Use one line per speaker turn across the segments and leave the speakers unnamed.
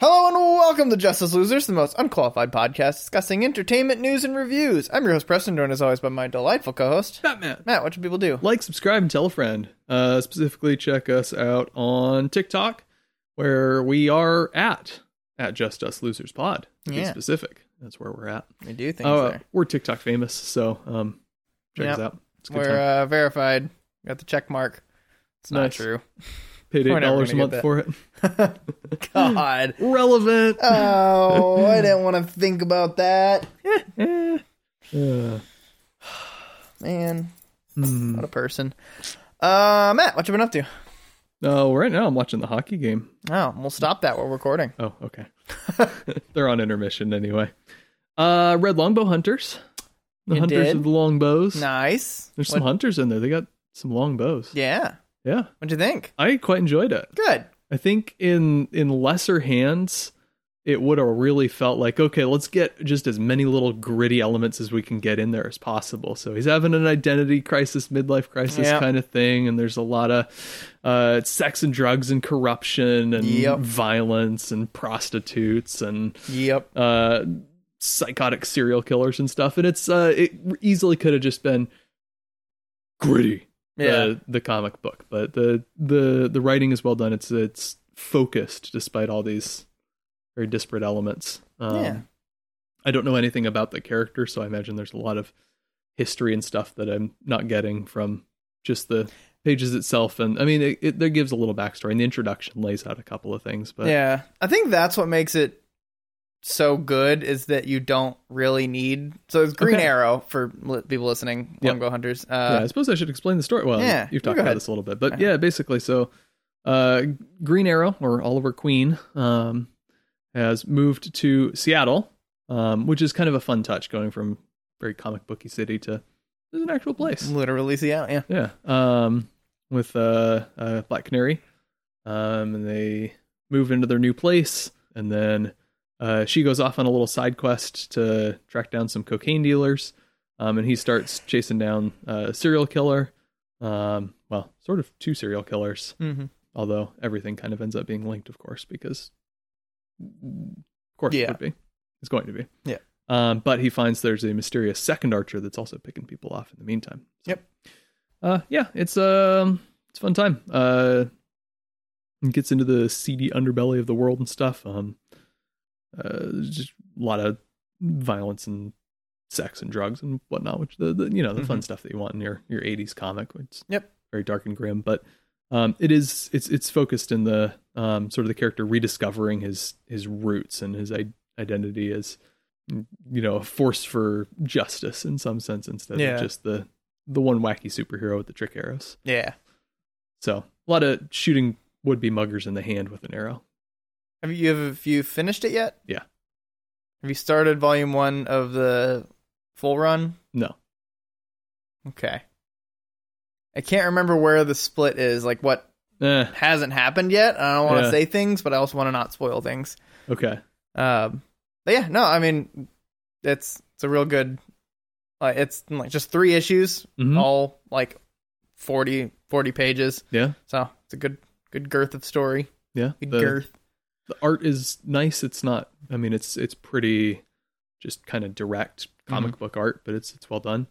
Welcome to Justice Losers, the most unqualified podcast discussing entertainment news and reviews. I'm your host Preston, joined as always by my delightful co-host
Batman.
Matt. What should people do?
Like, subscribe, and tell a friend. Uh, specifically, check us out on TikTok, where we are at at Just Us Losers Pod. To be
Yeah.
specific, that's where we're at.
We do things
Oh, uh,
there.
we're TikTok famous, so um, check
Yep.
us out. It's a good
We're
time.
uh, verified. We got the check mark. It's not
Nice.
true.
Paid
we're
eight
never
dollars a
gonna get
month
that.
for it.
God.
Relevant.
Oh, I didn't want to think about that.
Uh,
Man,
hmm.
what a person. Uh, Matt, what you been up to?
No, uh, right now I'm watching the hockey game.
Oh, we'll stop that. We're recording.
Oh, okay. They're on intermission anyway. Uh, Red Longbow Hunters. The
You
hunters
did?
of the longbows.
Nice.
There's
What-
some hunters in there. They got some long bows.
yeah.
Yeah.
What'd you think?
I quite enjoyed it.
Good.
I think in in lesser hands, it would have really felt like, okay, let's get just as many little gritty elements as we can get in there as possible. So he's having an identity crisis, midlife crisis
Yeah.
kind of thing, and there's a lot of uh, sex and drugs and corruption and
Yep.
violence and prostitutes and
Yep.
uh, psychotic serial killers and stuff. And it's uh, it easily could have just been gritty
Yeah.
the, the comic book, but the the the writing is well done. It's it's focused despite all these very disparate elements. Um,
Yeah.
I don't know anything about the character, so I imagine there's a lot of history and stuff that I'm not getting from just the pages itself. And I mean, it, it there gives a little backstory, and the introduction lays out a couple of things. But
yeah. I think that's what makes it so good is that you don't really need. So it's Green
Okay.
Arrow for li- people listening,
Yep.
Longbow Hunters.
yeah,
Uh,
I suppose I should explain the story. Well,
Yeah,
you've
go
talked about
ahead.
this a little bit, but yeah, basically, so uh, Green Arrow or Oliver Queen um, has moved to Seattle, um, which is kind of a fun touch, going from very comic booky city to there's an actual place.
Literally Seattle. Yeah.
Yeah, um, with uh, uh, Black Canary, um, and they move into their new place, and then uh, she goes off on a little side quest to track down some cocaine dealers, um, and he starts chasing down uh, a serial killer. Um, well, sort of two serial killers,
Mm-hmm.
although everything kind of ends up being linked, of course, because of course
Yeah.
it would be. It's going to be.
Yeah.
Um, but he finds there's a mysterious second archer that's also picking people off in the meantime.
Yep.
Uh, yeah, it's um, it's a fun time. Uh, it gets into the seedy underbelly of the world and stuff. Um, uh, there's just a lot of violence and sex and drugs and whatnot, which the, the you know the fun stuff that you want in your your 80s comic, which is
Mm-hmm. Yep.
very dark and grim, but um, it is it's it's focused in the um, sort of the character rediscovering his his roots and his I- identity as you know a force for justice in some sense instead
Yeah.
of just the the one wacky superhero with the trick arrows.
Yeah.
So a lot of shooting would be muggers in the hand with an arrow.
Have you have you finished it yet?
Yeah.
Have you started volume one of the full run?
No,
Okay. I can't remember where the split is, like what
eh,
hasn't happened yet. I don't want to
Yeah.
say things, but I also want to not spoil things.
okay,
Um, but yeah, no, I mean, it's it's a real good. Like it's like just three issues,
Mhm.
all like 40, 40 pages.
yeah,
So it's a good good girth of story.
yeah.
Good
The-
girth.
the art is nice. It's not. I mean, it's it's pretty, just kind of direct comic
Mm-hmm.
book art, but it's it's well done.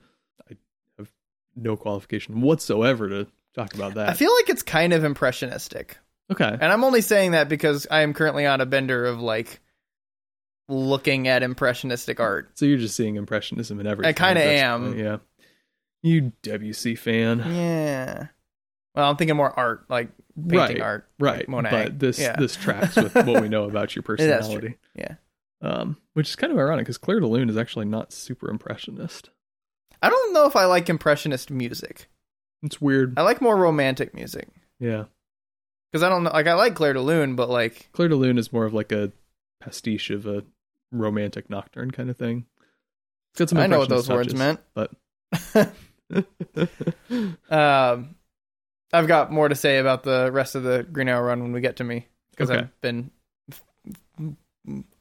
I have no qualification whatsoever to talk about that.
I feel like it's kind of impressionistic.
okay.
And I'm only saying that because I am currently on a bender of like looking at impressionistic art.
So you're just seeing impressionism in everything.
kinda
That's-
am.
Yeah. You WC fan.
Yeah. Well, I'm thinking more art, like painting
Right,
art.
Right.
Monet.
But this
Yeah.
this tracks with what we know about your
true.
personality.
Yeah.
Um, which is kind of ironic because Claire de Lune is actually not super impressionist.
I don't know if I like impressionist music.
It's weird.
I like more romantic music
Yeah.
because I don't know. Like I like Claire de Lune, but like
Claire de Lune is more of like a pastiche of a romantic nocturne kind of thing. It's got some
I know what
impressionist
those words
touches,
meant.
but
Um, I've got more to say about the rest of the Green Arrow run when we get to me because
Okay.
I've been f- f-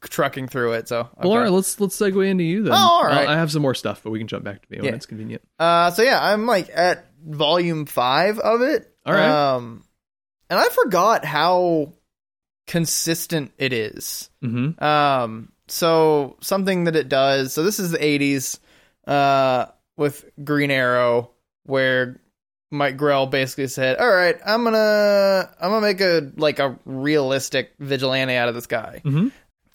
trucking through it. So, I've
well, all
got-
right, let's let's segue into you then.
Oh, all right.
I I have some more stuff, but we can jump back to me when
Yeah.
it's convenient.
Uh, so yeah, I'm like at volume five of it.
All right.
Um, and I forgot how consistent it is.
Mm-hmm.
Um, so something that it does. So this is the '80s uh, with Green Arrow, where Mike Grell basically said, "All right, I'm gonna I'm gonna make a like a realistic vigilante out of this guy."
Mhm.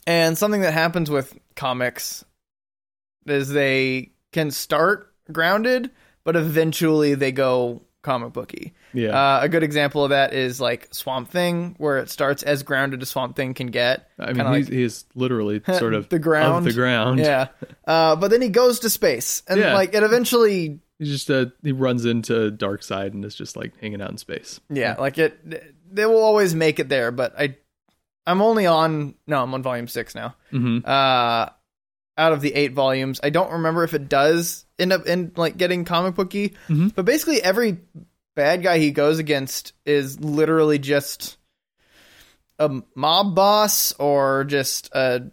And something that happens with comics is they can start grounded, but eventually they go comic booky.
Yeah.
Uh, a good example of that is like Swamp Thing, where it starts as grounded as Swamp Thing can get.
I mean,
kinda
he's, he is literally sort of
The ground.
Of the ground.
Yeah. Uh, but then he goes to space, and
Yeah.
like it eventually,
He just uh, he runs into dark side and is just like hanging out in space.
yeah, like it. They will always make it there, but I, I'm only on no, I'm on volume six now.
hmm
Uh, out of the eight volumes, I don't remember if it does end up in like getting comic booky,
Mhm.
but basically every bad guy he goes against is literally just a mob boss or just a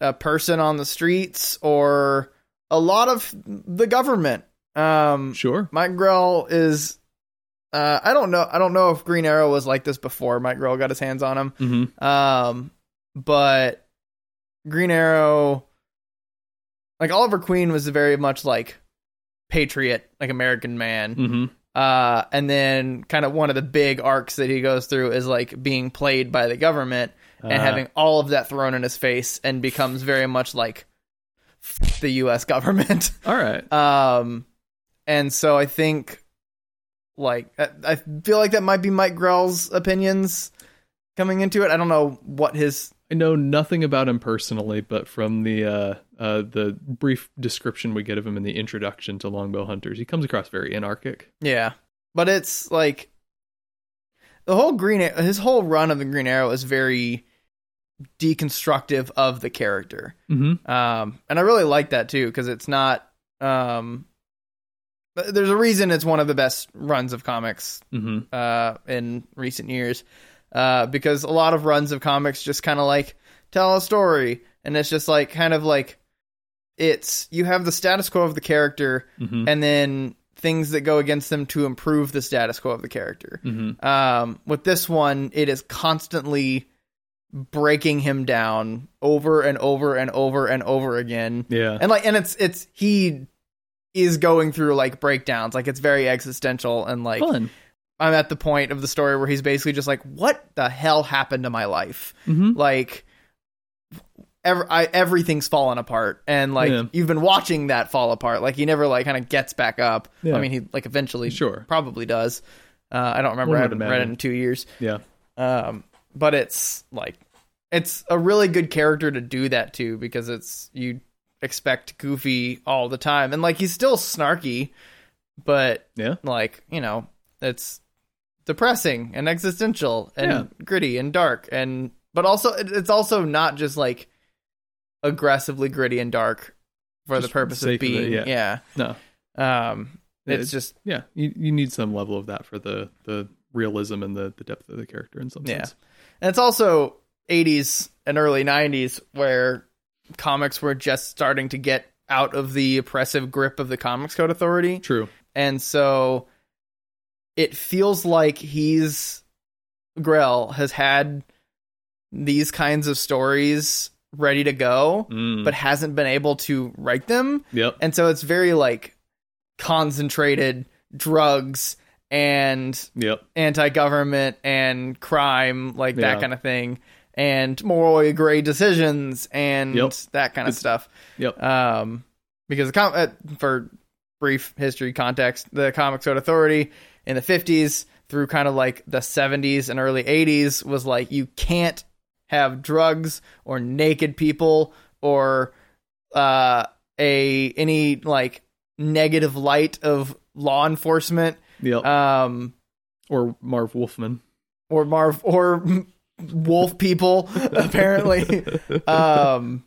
a person on the streets or a lot of the government. Um,
Sure.
Mike Grell is. Uh, I don't know. I don't know if Green Arrow was like this before Mike Grell got his hands on him.
hmm
Um, but Green Arrow, like Oliver Queen, was very much like patriot, like American man.
hmm
Uh, and then kind of one of the big arcs that he goes through is like being played by the government and
Uh, Uh-huh.
having all of that thrown in his face and becomes very much like "F- the US government.
all right.
um, and so I think like I, I feel like that might be Mike Grell's opinions coming into it. I don't know what his
I know nothing about him personally, but from the uh, uh, the brief description we get of him in the introduction to Longbow Hunters, he comes across very anarchic.
Yeah, but it's like the whole Green Ar- his whole run of the Green Arrow is very deconstructive of the character,
Mm-hmm.
um, and I really like that too because it's not. Um, th- there's a reason it's one of the best runs of comics
Mm-hmm.
uh, in recent years, uh, because a lot of runs of comics just kind of like tell a story, and it's just like kind of like it's you have the status quo of the character
Mm-hmm.
and then things that go against them to improve the status quo of the character.
Mm-hmm.
Um, with this one, it is constantly breaking him down over and over and over and over again,
Yeah.
and like, and it's it's he is going through like breakdowns, like it's very existential, and like
Fun.
I'm at the point of the story where he's basically just like, what the hell happened to my life?
Mm-hmm.
like ev- I, everything's fallen apart and like
Yeah.
you've been watching that fall apart like he never like kind of gets back up
Yeah.
i mean he like eventually
Sure.
probably does uh, i don't remember
One
i
would
haven't read it
imagine.
in two years
Yeah.
um, but it's like it's a really good character to do that to because it's you expect goofy all the time and like he's still snarky but
Yeah.
like you know it's depressing and existential and
Yeah.
gritty and dark and but also it- it's also not just like aggressively gritty and dark for the
Just for the
purpose of
sake of it,
being yeah.
No.
um
Yeah,
it's
it's-
just
Yeah. You you need some level of that for the the realism and the the depth of the character in some
Yeah.
sense.
and it's also 80s and early 90s where comics were just starting to get out of the oppressive grip of the comics code authority
True.
and so it feels like he's Grell has had these kinds of stories ready to go,
Mm.
but hasn't been able to write them,
yep.
and so it's very like concentrated drugs and
Yep.
anti-government and crime, like that
Yeah.
kind of thing, and morally gray decisions and
Yep.
that kind of
It's-
stuff
Yep.
um, because the com- uh, for brief history context, the Comics Code Authority in the fifties through kind of like the seventies and early eighties was like you can't have drugs or naked people or uh, a any like negative light of law enforcement
Yep.
um,
or Marv Wolfman.
or Marv or wolf people apparently um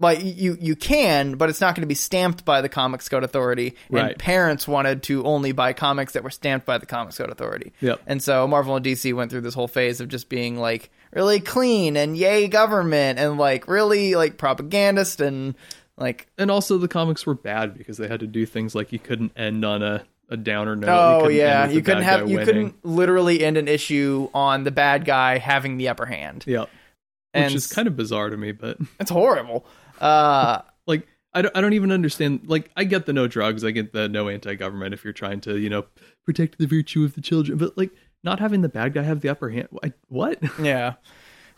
like you you can but it's not going to be stamped by the comics code authority
Right.
and parents wanted to only buy comics that were stamped by the comics code authority
Yep.
and so marvel and dc went through this whole phase of just being like really clean and yay government and like really like propagandist and like
and also the comics were bad because they had to do things like you couldn't end on a, a downer note.
oh
We couldn't end
yeah,
with the
you couldn't
bad
have
guy
you
winning.
couldn't literally end an issue on the bad guy having the upper hand.
Yeah,
and
which is kind of bizarre to me, but
it's horrible. Uh,
like I don't, I don't even understand. Like I get the no drugs, I get the no anti-government if you're trying to you know protect the virtue of the children, but like not having the bad guy have the upper hand. I, what?
Yeah.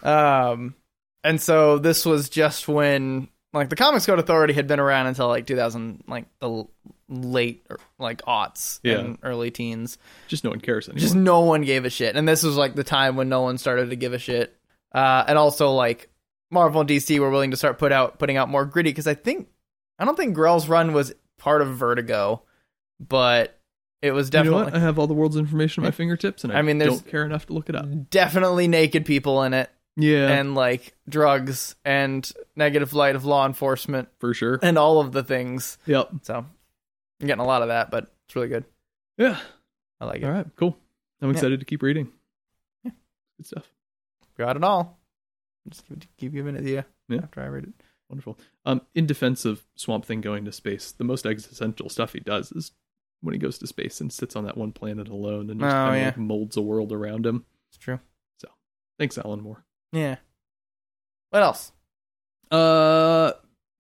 Um and so this was just when like the Comics Code Authority had been around until like 2000 like the l- late or, like aughts
Yeah.
and early teens.
Just no one cares anymore.
Just no one gave a shit. And this was like the time when no one started to give a shit. Uh and also like Marvel and DC were willing to start put out putting out more gritty cuz I think I don't think Grell's run was part of Vertigo, but it was
You know
definitely
what? I have all the world's information at my fingertips, and I,
I mean, there's-
don't care enough to look it up.
definitely naked people in it.
Yeah,
and like drugs and negative light of law enforcement
for sure.
and all of the things.
Yep.
So I'm getting a lot of that, but it's really good.
Yeah.
I like it.
All right. Cool. I'm excited to keep reading.
Yeah.
Good stuff.
Got it all. Just give, give you an idea
Yeah.
after I read it.
Wonderful. Um, in defense of Swamp Thing going to space, the most existential stuff he does is when he goes to space and sits on that one planet alone and just
Oh,
kind of
yeah.
like molds a world around him.
It's true.
Thanks, Alan Moore.
Yeah. What else?
Uh,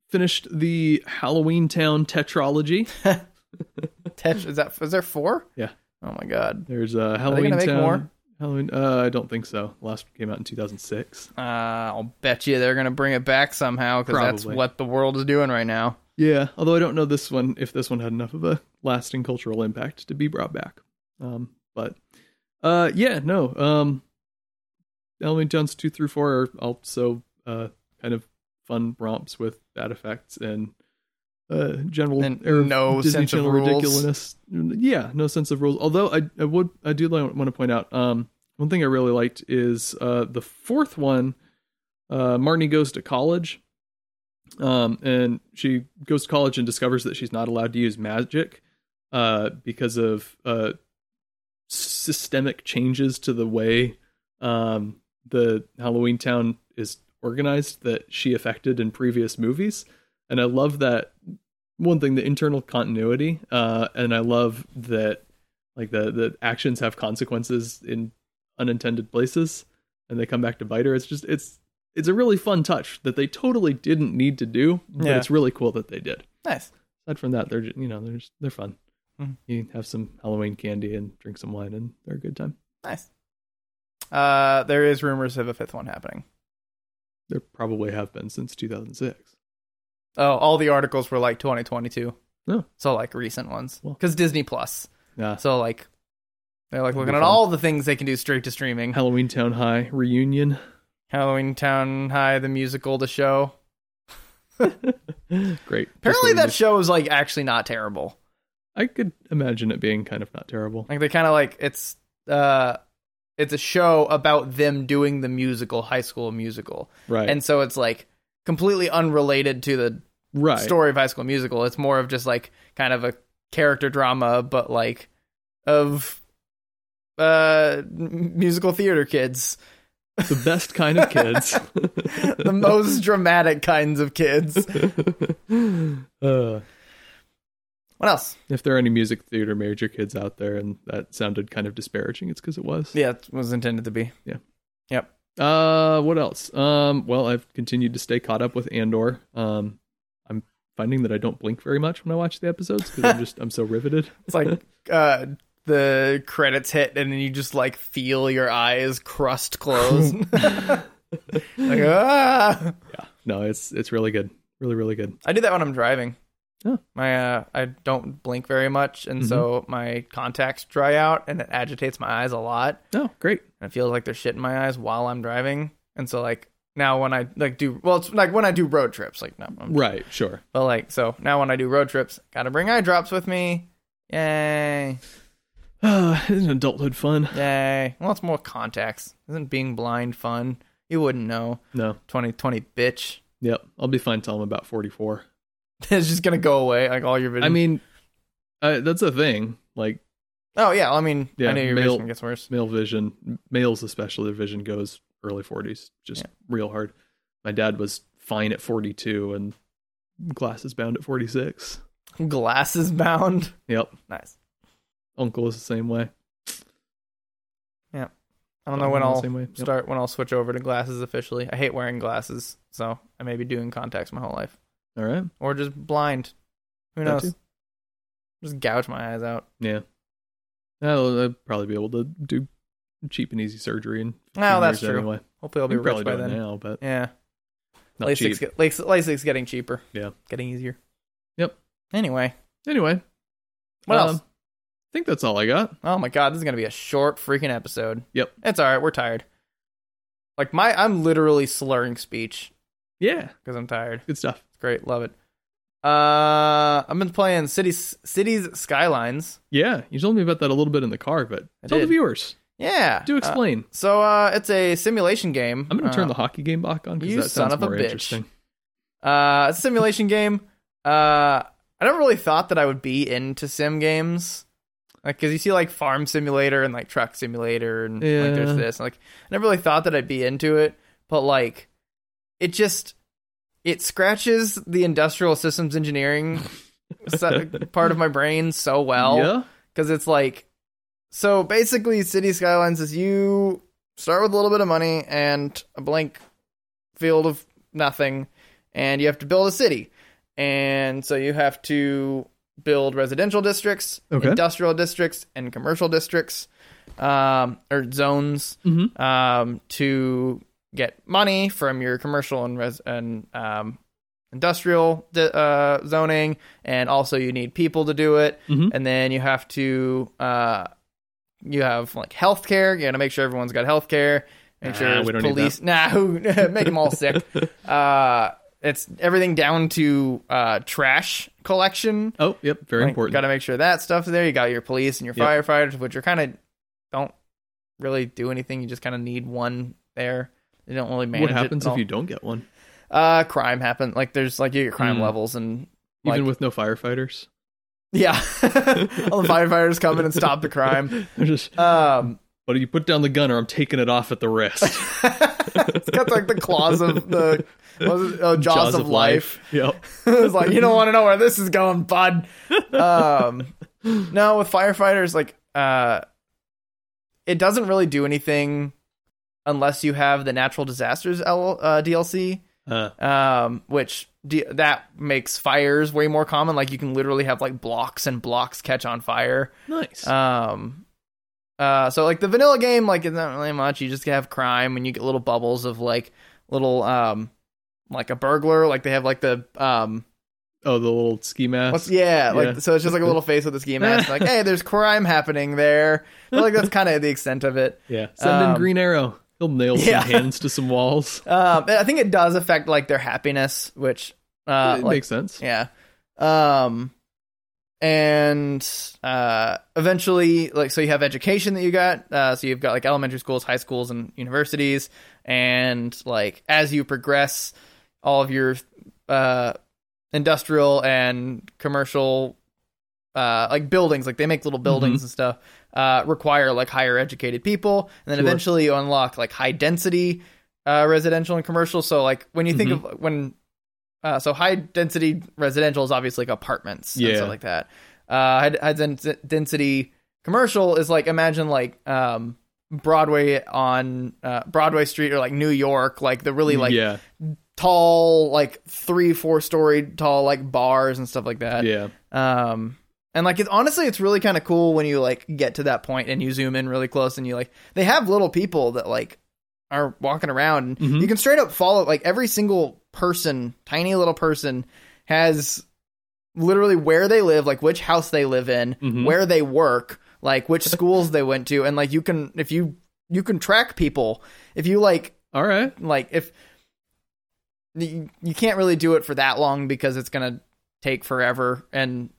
finished the Halloween Town tetralogy.
Tetris is that is there four?
Yeah.
Oh my god.
There's uh,
they
Halloween
gonna make
Town.
more?
Halloween. Uh, I don't think so. Last one came out in 2006.
Uh, I'll bet you they're gonna bring it back somehow because that's
Probably.
what the world is doing right now.
Yeah, although I don't know this one if this one had enough of a lasting cultural impact to be brought back. Um, but uh, yeah, no. Um, Halloween Towns two through four are also uh, kind of fun romps with bad effects and uh, general
And
air of
no
Disney
sense of
Channel
rules.
ridiculousness. Yeah, no sense of rules. Although I, I would I do want to point out um, one thing I really liked is uh, the fourth one. Uh, Marnie goes to college um, and she goes to college and discovers that she's not allowed to use magic uh, because of uh, systemic changes to the way um, the Halloween Town is organized that she affected in previous movies. And I love that one thing, the internal continuity, uh, and I love that like the the actions have consequences in unintended places, and they come back to bite her. It's just it's it's a really fun touch that they totally didn't need to do, but
Yeah.
it's really cool that they did
Nice.
aside from that, they're ju- you know they're just, they're fun.
Mhm.
You have some Halloween candy and drink some wine, and they're a good time.
Nice. Uh there is rumors of a fifth one happening.
There probably have been since 2006.
Oh, all the articles were like 2022.
Oh.
So like recent ones.
Well.
Because Disney Plus.
Yeah,
So like they're like
That'd
looking
be
at
fun.
all the things they can do straight to streaming.
Halloween Town High reunion.
Halloween Town High, the musical, the show.
Great.
Apparently
Just
that show is like actually not terrible.
I could imagine it being kind of not terrible.
Like they kind of like it's uh it's a show about them doing the musical, high school musical.
Right.
And so it's like completely unrelated to the
right.
story of High School Musical. It's more of just like kind of a character drama, but like of uh m- musical theater kids,
The best kind of kids.
the most dramatic kinds of kids.
uh,
What else?
if there are any music theater major kids out there, and that sounded kind of disparaging, it's because it was.
Yeah, it was intended to be.
Uh, what else? Um, well, I've continued to stay caught up with Andor. Um, I'm finding that I don't blink very much when I watch the episodes because I'm just I'm so riveted.
It's like uh the credits hit and then you just like feel your eyes crust close. like ah.
Yeah, no, it's it's really good, really really good.
I do that when I'm driving.
Oh.
My uh, I don't blink very much, and so my contacts dry out, and it agitates my eyes a lot,
No, Oh, great.
and it feels like there's shit in my eyes while I'm driving. And so like now when I like do well, it's like when I do road trips, like no, I'm,
Right, sure.
but like so now when I do road trips, gotta bring eye drops with me. Yay,
Uh, isn't adulthood fun?
yay. Well, it's more contacts. Isn't being blind fun? You wouldn't know.
No.
Twenty twenty, bitch.
Yep, I'll be fine till I'm about 44.
it's just gonna go away, like all your vision.
I mean, uh, that's a thing. Like
oh yeah, I mean,
Yeah,
I know your
male-
vision gets worse.
male vision, males especially, their vision goes early 40s, just
Yeah.
real hard. My dad was fine at 42 and glasses bound at 46.
Glasses bound.
Yep.
Nice.
Uncle is the same way.
I don't know when
Uncle
I'll
the same way. Yep.
start when I'll switch over to glasses officially. I hate wearing glasses, so I may be doing contacts my whole life
All right.
or just blind. Who
That
knows?
too.
Just gouge my eyes out.
Yeah. I'll, I'll probably be able to do cheap and easy surgery and
Well, Oh, that's true.
Anyway.
Hopefully, I'll be
You can
rich
probably
by
do it
then.
now, but
Yeah,
not cheap.
LASIK's, get, LASIK, LASIK's getting cheaper.
Yeah.
getting easier.
Yep.
Anyway,
Anyway,
what
um,
else?
I think that's all I got.
Oh my god, this is gonna be a short freaking episode.
Yep.
It's all right. We're tired. Like my, I'm literally slurring speech
Yeah,
because I'm tired.
good stuff.
It's great. Love it. Uh, I've been playing cities, cities skylines.
Yeah, you told me about that a little bit in the car, but
I
tell
did.
the viewers.
Yeah.
Do
Uh,
explain.
so uh, it's a simulation game.
I'm going to
Uh,
turn the hockey game back on because
you
that
son
sounds
of a
more
bitch.
interesting.
Uh, it's a simulation game. Uh, I don't really thought that I would be into sim games, like because you see like Farm Simulator and like Truck Simulator and like
Yeah.
there's this. Like I never really thought that I'd be into it, but like it just it scratches the industrial systems engineering se- part of my brain so well
yeah,
because it's like so basically city skylines is you start with a little bit of money and a blank field of nothing and you have to build a city and so you have to build residential districts
Okay.
industrial districts and commercial districts um, or zones
Mhm.
um, to get money from your commercial and, res- and um, industrial di- uh, zoning and also you need people to do it
Mhm.
and then you have to uh, you have like healthcare you gotta make sure everyone's got healthcare make
Nah,
sure
we don't need
police nah who make them all sick uh, it's everything down to uh, trash collection
Oh, yep. Very important.
Got to make sure that stuff's there. You got your police and your
Yep.
firefighters, which are kind of don't really do anything. You just kind of need one there. They don't really manage.
what
it
happens
at
if
all.
you don't get one?
Uh, crime happen. Like there's like you get crime
Hmm.
levels and like,
Even with no firefighters,
yeah, all the firefighters come in and stop the crime.
They're just.
Um,
but you put down the gun, or I'm taking it off at the wrist.
it's got like the claws of the what was it? Oh, jaws, of, life.
Yep.
it's like you don't want to know where this is going, bud. Um, no, with firefighters, like uh, it doesn't really do anything unless you have the natural disasters L- uh, DLC,
Uh,
um, which d- that makes fires way more common. Like you can literally have like blocks and blocks catch on fire.
nice.
Um, uh, so like the vanilla game, like it's not really much. You just have crime, and you get little bubbles of like little um, like a burglar. Like they have like the um.
oh, the little ski mask.
What's, yeah, like
Yeah.
so it's just like a little face with a ski mask. like, hey, there's crime happening there. But, like that's kind of the extent of it.
yeah. Send in
um,
Green Arrow. He'll nail
Yeah.
some hands to some walls.
Um, I think it does affect like their happiness, which uh,
it
like
makes sense.
yeah, um, and uh, eventually like so you have education that you got. Uh, so you've got like elementary schools, high schools, and universities, and like as you progress, all of your uh industrial and commercial uh like buildings like they make little buildings and stuff uh require like higher educated people and then
Sure.
eventually you unlock like high density uh residential and commercial so like when you think of when uh so high density residential is obviously like apartments and
Yeah.
stuff like that uh high, high dens- density commercial is like imagine like um Broadway on uh, Broadway Street or like New York, like the really like
yeah.
tall, like three, four story tall, like bars and stuff like that.
Yeah.
Um, and like, it's honestly, it's really kind of cool when you like get to that point and you zoom in really close and you like, they have little people that like are walking around. and
Mhm.
You can straight up follow, like, every single person, tiny little person has literally where they live, like which house they live in,
Mhm.
where they work, like which schools they went to. And like, you can, if you, you can track people. If you like,
All right.
like if you, you can't really do it for that long because it's gonna take forever and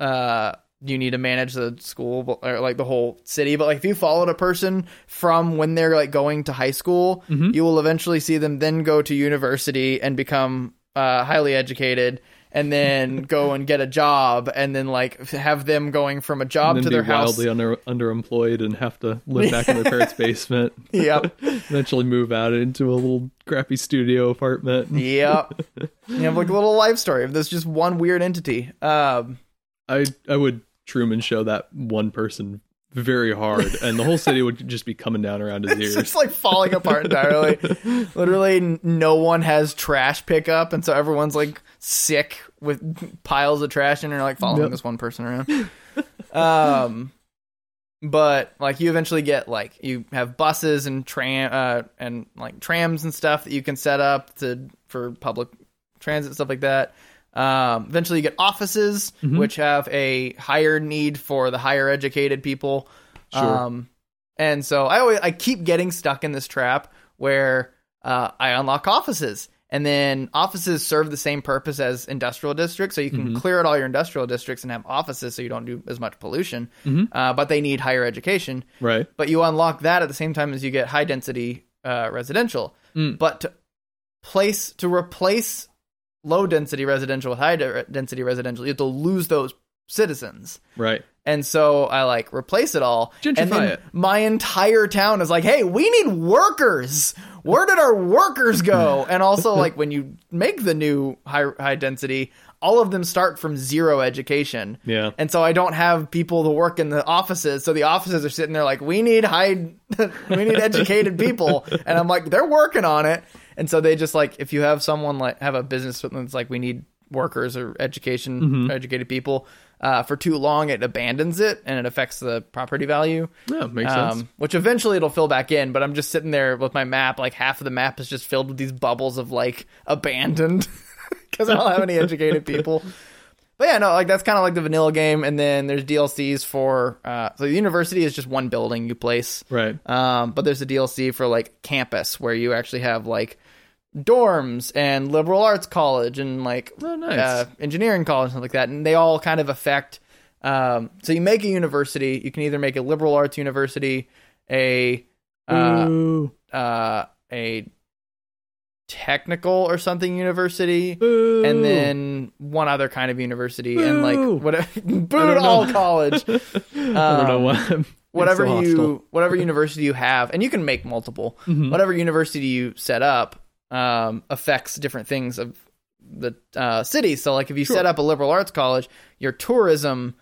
uh you need to manage the school but- or like the whole city but like if you followed a person from when they're like going to high school
Mhm.
you will eventually see them then go to university and become uh highly educated and then go and get a job and then like have them going from a job
and
to
then
their
be
house
wildly under, underemployed and have to live back in their parents' basement.
Yep.
Eventually move out into a little crappy studio apartment.
yep you have like a little life story of this just one weird entity um
I I would Truman Show that one person very hard, and the whole city would just be coming down around his
It's
ears.
just like falling apart entirely. Literally, n- no one has trash pickup, and so everyone's like sick with piles of trash, and you're like following
Yep.
this one person around. um, but like you eventually get like you have buses and tram uh, and like trams and stuff that you can set up to for public transit stuff like that. Um, eventually, you get offices which have a higher need for the higher educated people.
Sure.
Um, and so I always I keep getting stuck in this trap where uh, I unlock offices, and then offices serve the same purpose as industrial districts. So you can clear out all your industrial districts and have offices, so you don't do as much pollution. Uh, but they need higher education.
Right.
But you unlock that at the same time as you get high density uh, residential.
Mm.
But to place to replace low density residential with high de- density residential, you have to lose those citizens.
Right.
And so I like replace it all. and then
Gentrify it.
my entire town is like, hey, we need workers. Where did our workers go? And also, like, when you make the new high, high density, all of them start from zero education.
Yeah.
And so I don't have people to work in the offices. So the offices are sitting there like, we need high, we need educated people. And I'm like, they're working on it. And so they just like, if you have someone like have a business that's like, we need workers or education, educated people uh, for too long, it abandons it and it affects the property value.
Yeah, makes sense.
Um, which eventually it'll fill back in, but I'm just sitting there with my map. Like half of the map is just filled with these bubbles of like abandoned because I don't have any educated people. But yeah, no, like that's kind of like the vanilla game. And then there's DLCs for uh, so the university is just one building you place.
Right.
Um, but there's a DLC for like campus where you actually have like dorms and liberal arts college and like
Oh, nice.
uh, engineering college and stuff like that, and they all kind of affect. Um, so you make a university, you can either make a liberal arts university, a uh,
Boo.
uh, a technical or something university,
Boo.
and then one other kind of university, and
Boo.
like whatever, boot all college
I don't know
um,
why. I'm being
whatever
so hostile.
you whatever university you have and you can make multiple
Mm-hmm.
whatever university you set up um, affects different things of the uh, city so like if you set up a liberal arts college your tourism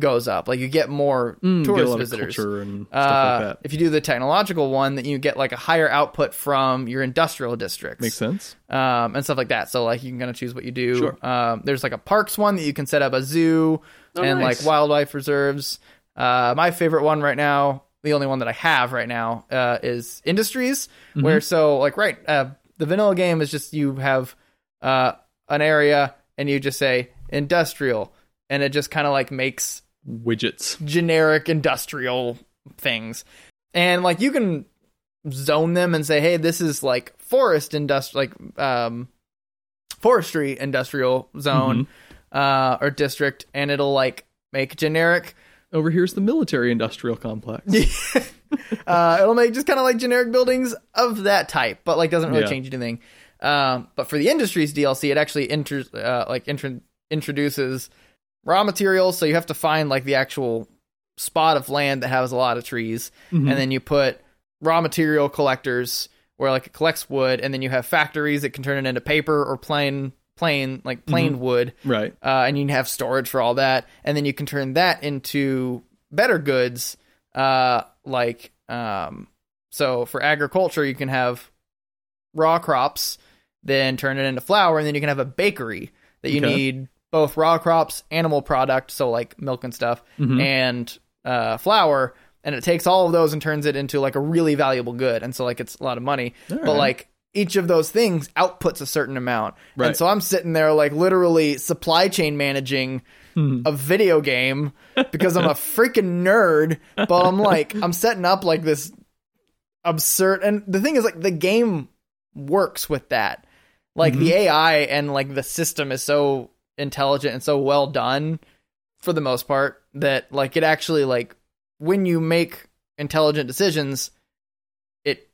goes up like you get more
Mm, get a
tourist
lot of
visitors
culture and
Uh,
stuff like that.
if you do the technological one then you get like a higher output from your industrial districts
Makes sense.
um, and stuff like that. So like you can kind of choose what you do.
Sure.
Um, there's like a parks one that you can set up a zoo
Oh,
and
nice.
like wildlife reserves. Uh, my favorite one right now, the only one that I have right now, uh, is industries.
Mm-hmm.
Where so like right, uh, the vanilla game is just you have uh, an area and you just say industrial, and it just kind of like makes
Widgets.
generic industrial things. And like you can zone them and say, "Hey, this is like forest industrial like um forestry industrial zone uh or district." And it'll like make generic
Over here's the military industrial complex.
uh it'll make just kind of like generic buildings of that type, but like doesn't really
Yeah.
change anything. Um but for the industries DLC, it actually inter- uh, like intro introduces raw materials, so you have to find like the actual spot of land that has a lot of trees,
Mhm.
and then you put raw material collectors where like it collects wood, and then you have factories that can turn it into paper or plain plain like plain wood,
Right.
uh, and you can have storage for all that, and then you can turn that into better goods, uh, like um, so for agriculture you can have raw crops, then turn it into flour, and then you can have a bakery that you
Okay.
need both raw crops, animal product, so like milk and stuff,
Mm-hmm.
and uh, flour, and it takes all of those and turns it into like a really valuable good, and so like it's a lot of money, but
right.
like. Each of those things outputs a certain amount, and
Right.
so I'm sitting there like literally supply chain managing
Hmm.
a video game because I'm a freaking nerd, but I'm like I'm setting up like this absurd and the thing is like the game works with that. Like the AI and like the system is so intelligent and so well done for the most part that like it actually like when you make intelligent decisions it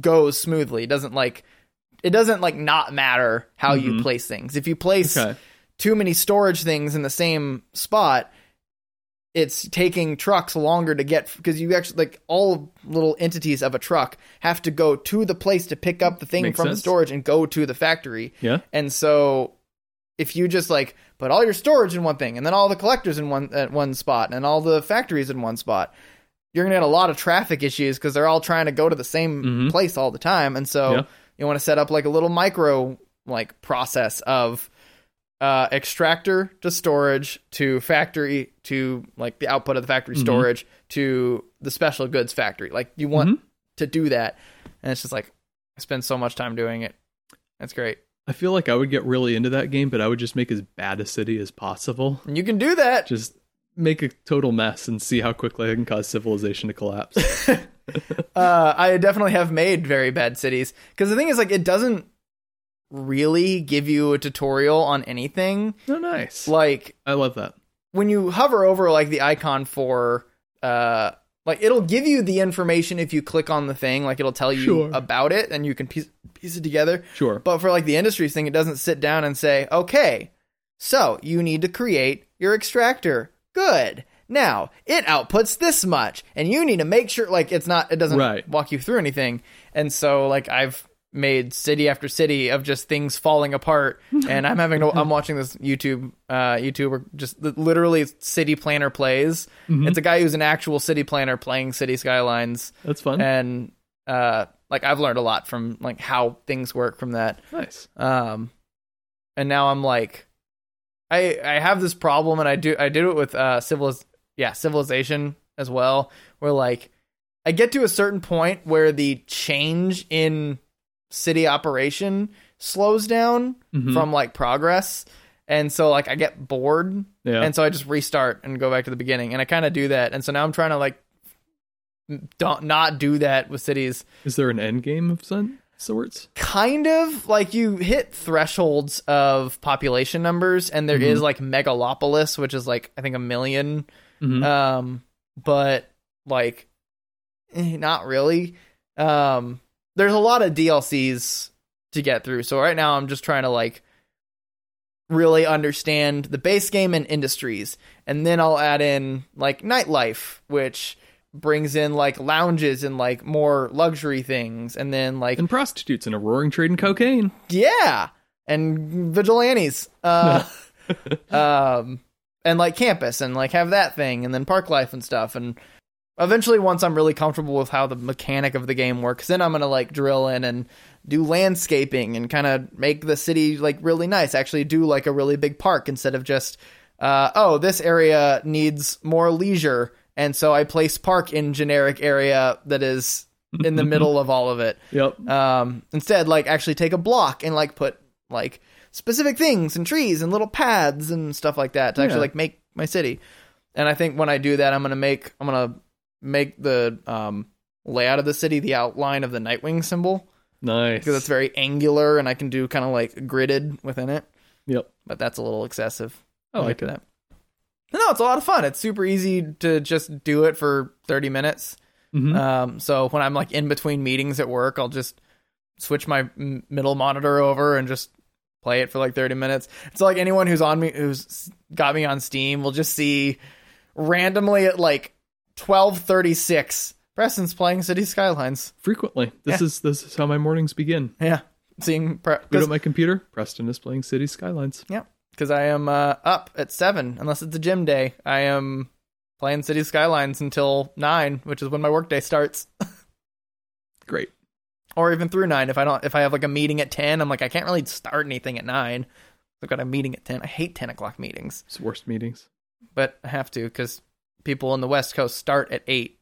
goes smoothly. It doesn't like it doesn't like not matter how you place things. If you place
Okay.
too many storage things in the same spot, it's taking trucks longer to get because you actually like all little entities of a truck have to go to the place to pick up the thing
Makes
from the
sense.
storage and go to the factory.
Yeah.
And so if you just like put all your storage in one thing and then all the collectors in one at one spot and all the factories in one spot, you're gonna get a lot of traffic issues because they're all trying to go to the same
Mhm.
place all the time. And so
Yeah.
you want to set up like a little micro like process of uh, extractor to storage to factory to like the output of the factory
Mhm.
storage to the special goods factory. Like you want to do that, and it's just like I spend so much time doing it. That's great.
I feel like I would get really into that game, but I would just make as bad a city as possible.
And you can do that.
Just make a total mess and see how quickly I can cause civilization to collapse.
uh, I definitely have made very bad cities because the thing is, like, it doesn't really give you a tutorial on anything.
oh, nice.
Like
I love that.
when you hover over like the icon for, uh, like it'll give you the information if you click on the thing. Like it'll tell you
Sure.
about it, and you can piece piece it together.
Sure.
But for like the industries thing, it doesn't sit down and say, okay, so you need to create your extractor. Good. Now it outputs this much, and you need to make sure like it's not it doesn't
Right.
walk you through anything. And so like I've made city after city of just things falling apart, and I'm having to I'm watching this YouTube uh YouTuber just li- literally city planner plays.
Mm-hmm.
It's a guy who's an actual city planner playing City Skylines,
That's fun.
and uh like I've learned a lot from like how things work from that.
nice.
Um, and now I'm like, I I have this problem, and I do I do it with uh civiliz yeah civilization as well, where like I get to a certain point where the change in city operation slows down
Mhm.
from like progress, and so like I get bored,
yeah.
and so I just restart and go back to the beginning, and I kind of do that, and so now I'm trying to like don't not do that with cities
Is there an end game of some sorts?
kind of like you hit thresholds of population numbers and there is
Mhm.
like megalopolis which is like i think a 1000000
Mhm.
um but like eh, not really um there's a lot of dlcs to get through so right now i'm just trying to like really understand the base game and industries and then i'll add in like nightlife which brings in like lounges and like more luxury things and then like
and prostitutes and a roaring trade in cocaine.
yeah, and vigilantes. Uh, um, and like campus, and like have that thing, and then park life and stuff. And eventually, once I'm really comfortable with how the mechanic of the game works, then I'm gonna like drill in and do landscaping and kind of make the city like really nice. Actually, do like a really big park instead of just uh, oh, this area needs more leisure. And so I place park in generic area that is in the middle of all of it
Yep.
um instead like actually take a block and like put like specific things and trees and little paths and stuff like that to actually
Yeah.
like make my city and i think when i do that i'm gonna make i'm gonna make the um layout of the city the outline of the nightwing symbol
Nice.
because it's very angular and i can do kind of like gridded within it
Yep.
but that's a little excessive
I like it.
that no it's a lot of fun it's super easy to just do it for 30 minutes
Mhm.
um, so when I'm like in between meetings at work, I'll just switch my m- middle monitor over and just play it for like 30 minutes. It's like anyone who's on me, who's s- got me on Steam, will just see randomly at like 12:36, Preston's playing City Skylines.
Frequently. This is this is how my mornings begin.
Yeah, seeing pre-
Go to
cause,
my computer. Preston is playing City Skylines.
yeah, because I am uh, up at seven unless it's a gym day. I am playing City Skylines until nine, which is when my workday starts.
Great.
or even through nine. If I don't, if I have like a meeting at ten, I'm like I can't really start anything at nine. I've got a meeting at ten. I hate ten o'clock meetings,
It's worst meetings.
but I have to because people on the West Coast start at eight,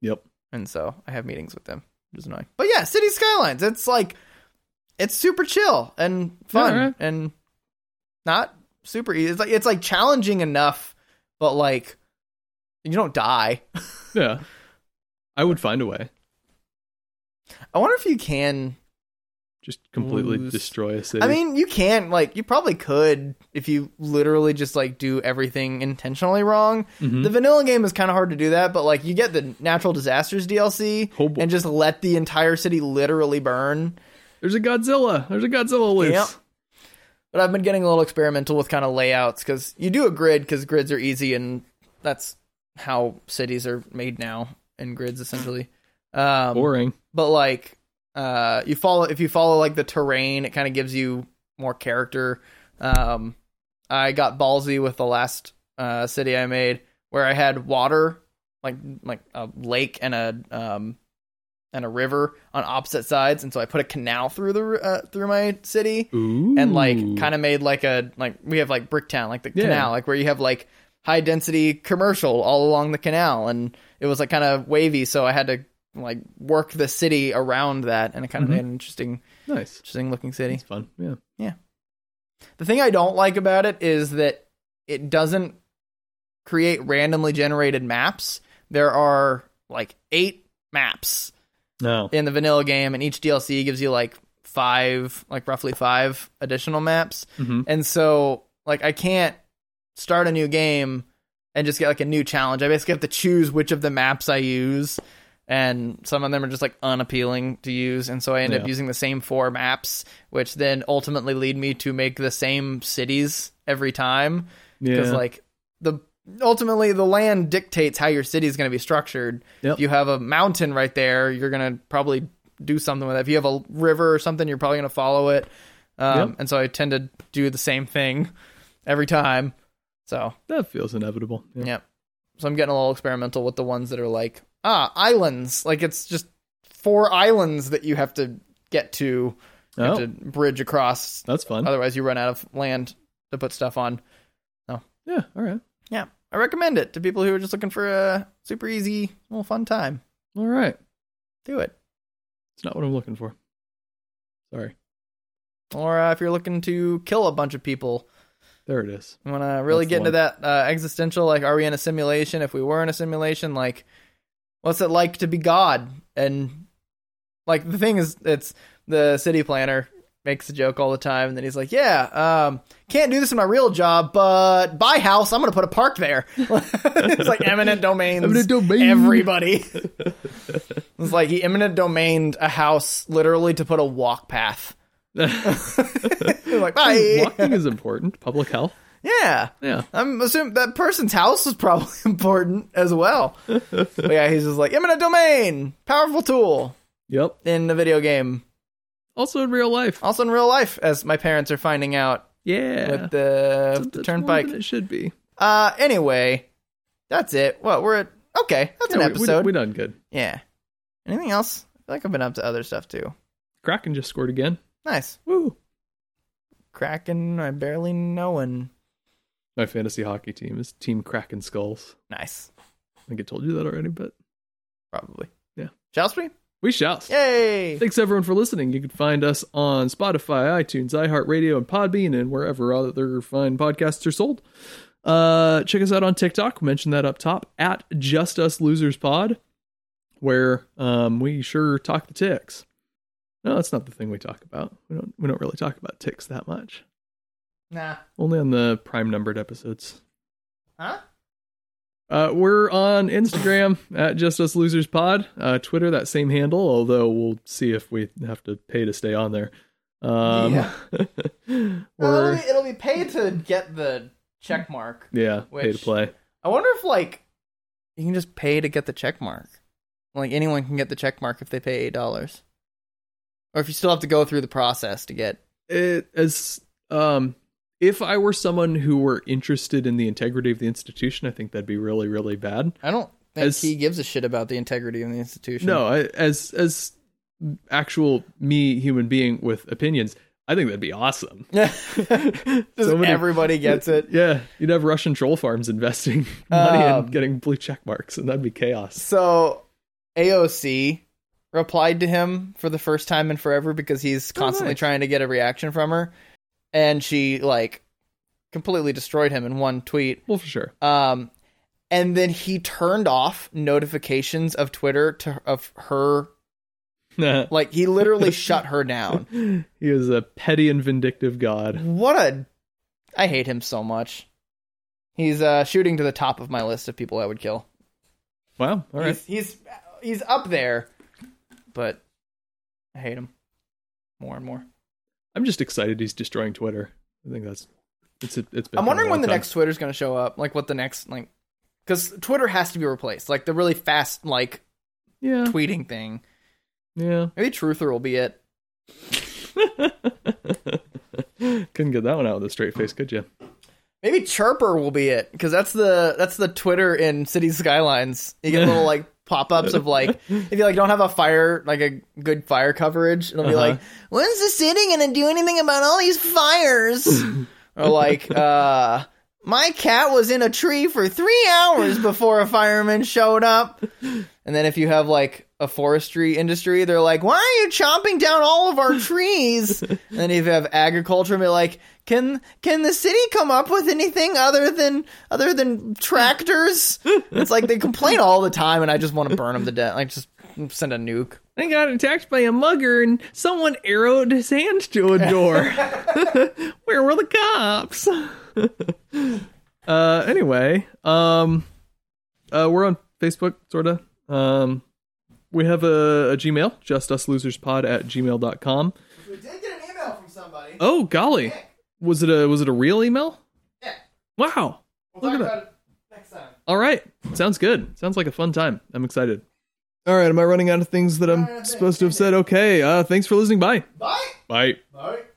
Yep.
and so I have meetings with them, which is annoying. But yeah, City Skylines. It's like it's super chill and fun
alright.
and not super easy. It's like it's like challenging enough, but like you don't die.
Yeah. I would find a way.
I wonder if you can
Just completely
Lose.
destroy a city.
Mm. I mean, you can like you probably could if you literally just like do everything intentionally wrong.
Mhm.
The vanilla game is kind of hard to do that, but like you get the natural disasters DLC
Oh, boy.
and just let the entire city literally burn.
There's a Godzilla. There's a Godzilla loose.
Yep. But I've been getting a little experimental with kind of layouts because you do a grid because grids are easy and that's how cities are made now in grids essentially. Um,
Boring.
but like uh you follow if you follow like the terrain it kind of gives you more character Um, I got ballsy with the last uh, city I made where I had water, like like a lake and a um, and a river on opposite sides, and so I put a canal through the uh, through my city
Ooh.
and like kind of made like a like we have like Bricktown, like the
Yeah.
canal, like where you have like high density commercial all along the canal, and it was like kind of wavy, so I had to like work the city around that, and it kind of
Mhm.
made an interesting,
nice.
interesting looking city.
It's fun. Yeah.
The thing I don't like about it is that it doesn't create randomly generated maps. There are like eight maps
No.
in the vanilla game, and each DLC gives you like five, like roughly five additional maps.
hmm
And so, like, I can't start a new game and just get like a new challenge. I basically have to choose which of the maps I use, and some of them are just like unappealing to use. And so I end up
Yeah.
using the same four maps, which then ultimately lead me to make the same cities every time
Yeah.
because like the ultimately the land dictates how your city is going to be structured.
Yep.
If you have a mountain right there, you're going to probably do something with it. If you have a river or something, you're probably going to follow it. Um,
Yep.
And so I tend to do the same thing every time. So
that feels inevitable. Yeah.
Yep. So I'm getting a little experimental with the ones that are like, ah, islands. Like it's just four islands that you have to get to, you have
Oh,
to bridge across.
that's fun.
Otherwise, you run out of land to put stuff on.
Yeah. All right.
Yeah, I recommend it to people who are just looking for a super easy, little fun time.
All right.
Do it.
It's not what I'm looking for. Sorry.
Or uh, if you're looking to kill a bunch of people,
There it is.
you want to really
That's the
get into
one.
that uh, existential, like, are we in a simulation? If we were in a simulation, like, what's it like to be God? And like the thing is, it's the city planner makes a joke all the time, and then he's like, "Yeah, um, can't do this in my real job, but buy house. I'm gonna put a park there." it's like eminent domains.
Eminent domain.
Everybody. it's like he eminent domained a house literally to put a walk path. like bye.
Walking is important. Public health.
Yeah.
Yeah.
I'm assuming that person's house was probably important as well. but yeah, he's just like eminent domain, powerful tool
Yep.
in the video game.
Also in real life.
Also in real life, as my parents are finding out
Yeah.
with the,
That's
the
more
turnpike.
than It should be.
Uh, anyway, that's it. What we're at? Okay, that's
Yeah,
an
we-
episode.
We, we done good.
yeah. Anything else? I feel like I've been up to other stuff too.
Kraken just scored again.
Nice.
Woo.
Kraken, I barely know one.
My fantasy hockey team is Team Kraken Skulls.
Nice.
I think I told you that already, but
Probably.
Yeah.
Shall we?
we shall.
Yay!
Thanks everyone for listening. You can find us on Spotify, iTunes, iHeartRadio, and Podbean, and wherever other fine podcasts are sold. Uh, check us out on TikTok. Mention that up top at Just Us Losers Pod, where um, we sure talk the ticks. No, that's not the thing we talk about. We don't. We don't really talk about ticks that much.
Nah.
Only on the prime numbered episodes.
Huh?
Uh, we're on Instagram at Just Us Losers Pod, uh, Twitter that same handle. Although we'll see if we have to pay to stay on there. Um,
Yeah. Well,
we're
it'll, be, it'll be paid to get the check mark.
yeah, pay to
Which-
play.
I wonder if like you can just pay to get the check mark. Like anyone can get the check mark if they pay eight dollars, or if you still have to go through the process to get.
It as um, if I were someone who were interested in the integrity of the institution, I think that'd be really really bad.
I don't think
As-
he gives a shit about the integrity of the institution.
No, I, as as actual me human being with opinions, I think that'd be awesome.
just everybody gets it.
Yeah, you'd have Russian troll farms investing money
Um,
and getting blue check marks, and that'd be chaos.
So AOC replied to him for the first time in forever because he's constantly
nice.
trying to get a reaction from her, and she like completely destroyed him in one tweet.
Well, for sure.
Um, and then he turned off notifications of Twitter to of her.
he
Like he literally shut her down.
is a petty and vindictive god.
What a! I hate him so much. He's uh, shooting to the top of my list of people I would kill.
Wow. All right.
He's he's he's up there, but I hate him more and more.
I'm just excited he's destroying Twitter. I think that's it's it's been.
I'm wondering
a
when
long
the
time.
next Twitter's going to show up. Like what the next like, because Twitter has to be replaced. Like the really fast like
Yeah.
tweeting thing.
Yeah.
Maybe Truther will be it.
Couldn't get that one out with a straight face, could you?
Maybe Chirper will be it because that's the that's the Twitter in city skylines. You get little like pop ups of like if you like don't have a fire like a good fire coverage, it'll be
Uh-huh.
like when's the city gonna do anything about all these fires? or like uh, my cat was in a tree for three hours before a fireman showed up. And then if you have like a forestry industry, they're like, why are you chopping down all of our trees? and then if you have agriculture, be like, can can the city come up with anything other than other than tractors? it's like they complain all the time, and I just want to burn them to death. Like just send a nuke.
I got attacked by a mugger and someone arrowed his hand to a door. Where were the cops? uh, anyway, um, uh, we're on Facebook, sorta. Um, we have a, a Gmail, justuslosers.pod at gmail.com.
We did get an email from somebody.
Oh, golly. Was it a was it a real email?
Yeah.
Wow.
We'll
Look talk at about
it next time.
All right. Sounds good. Sounds like a fun time. I'm excited. All Uh, right. Am I running out of things that I'm supposed to have said? Okay. Uh, thanks for listening. Bye.
Bye.
Bye.
Bye.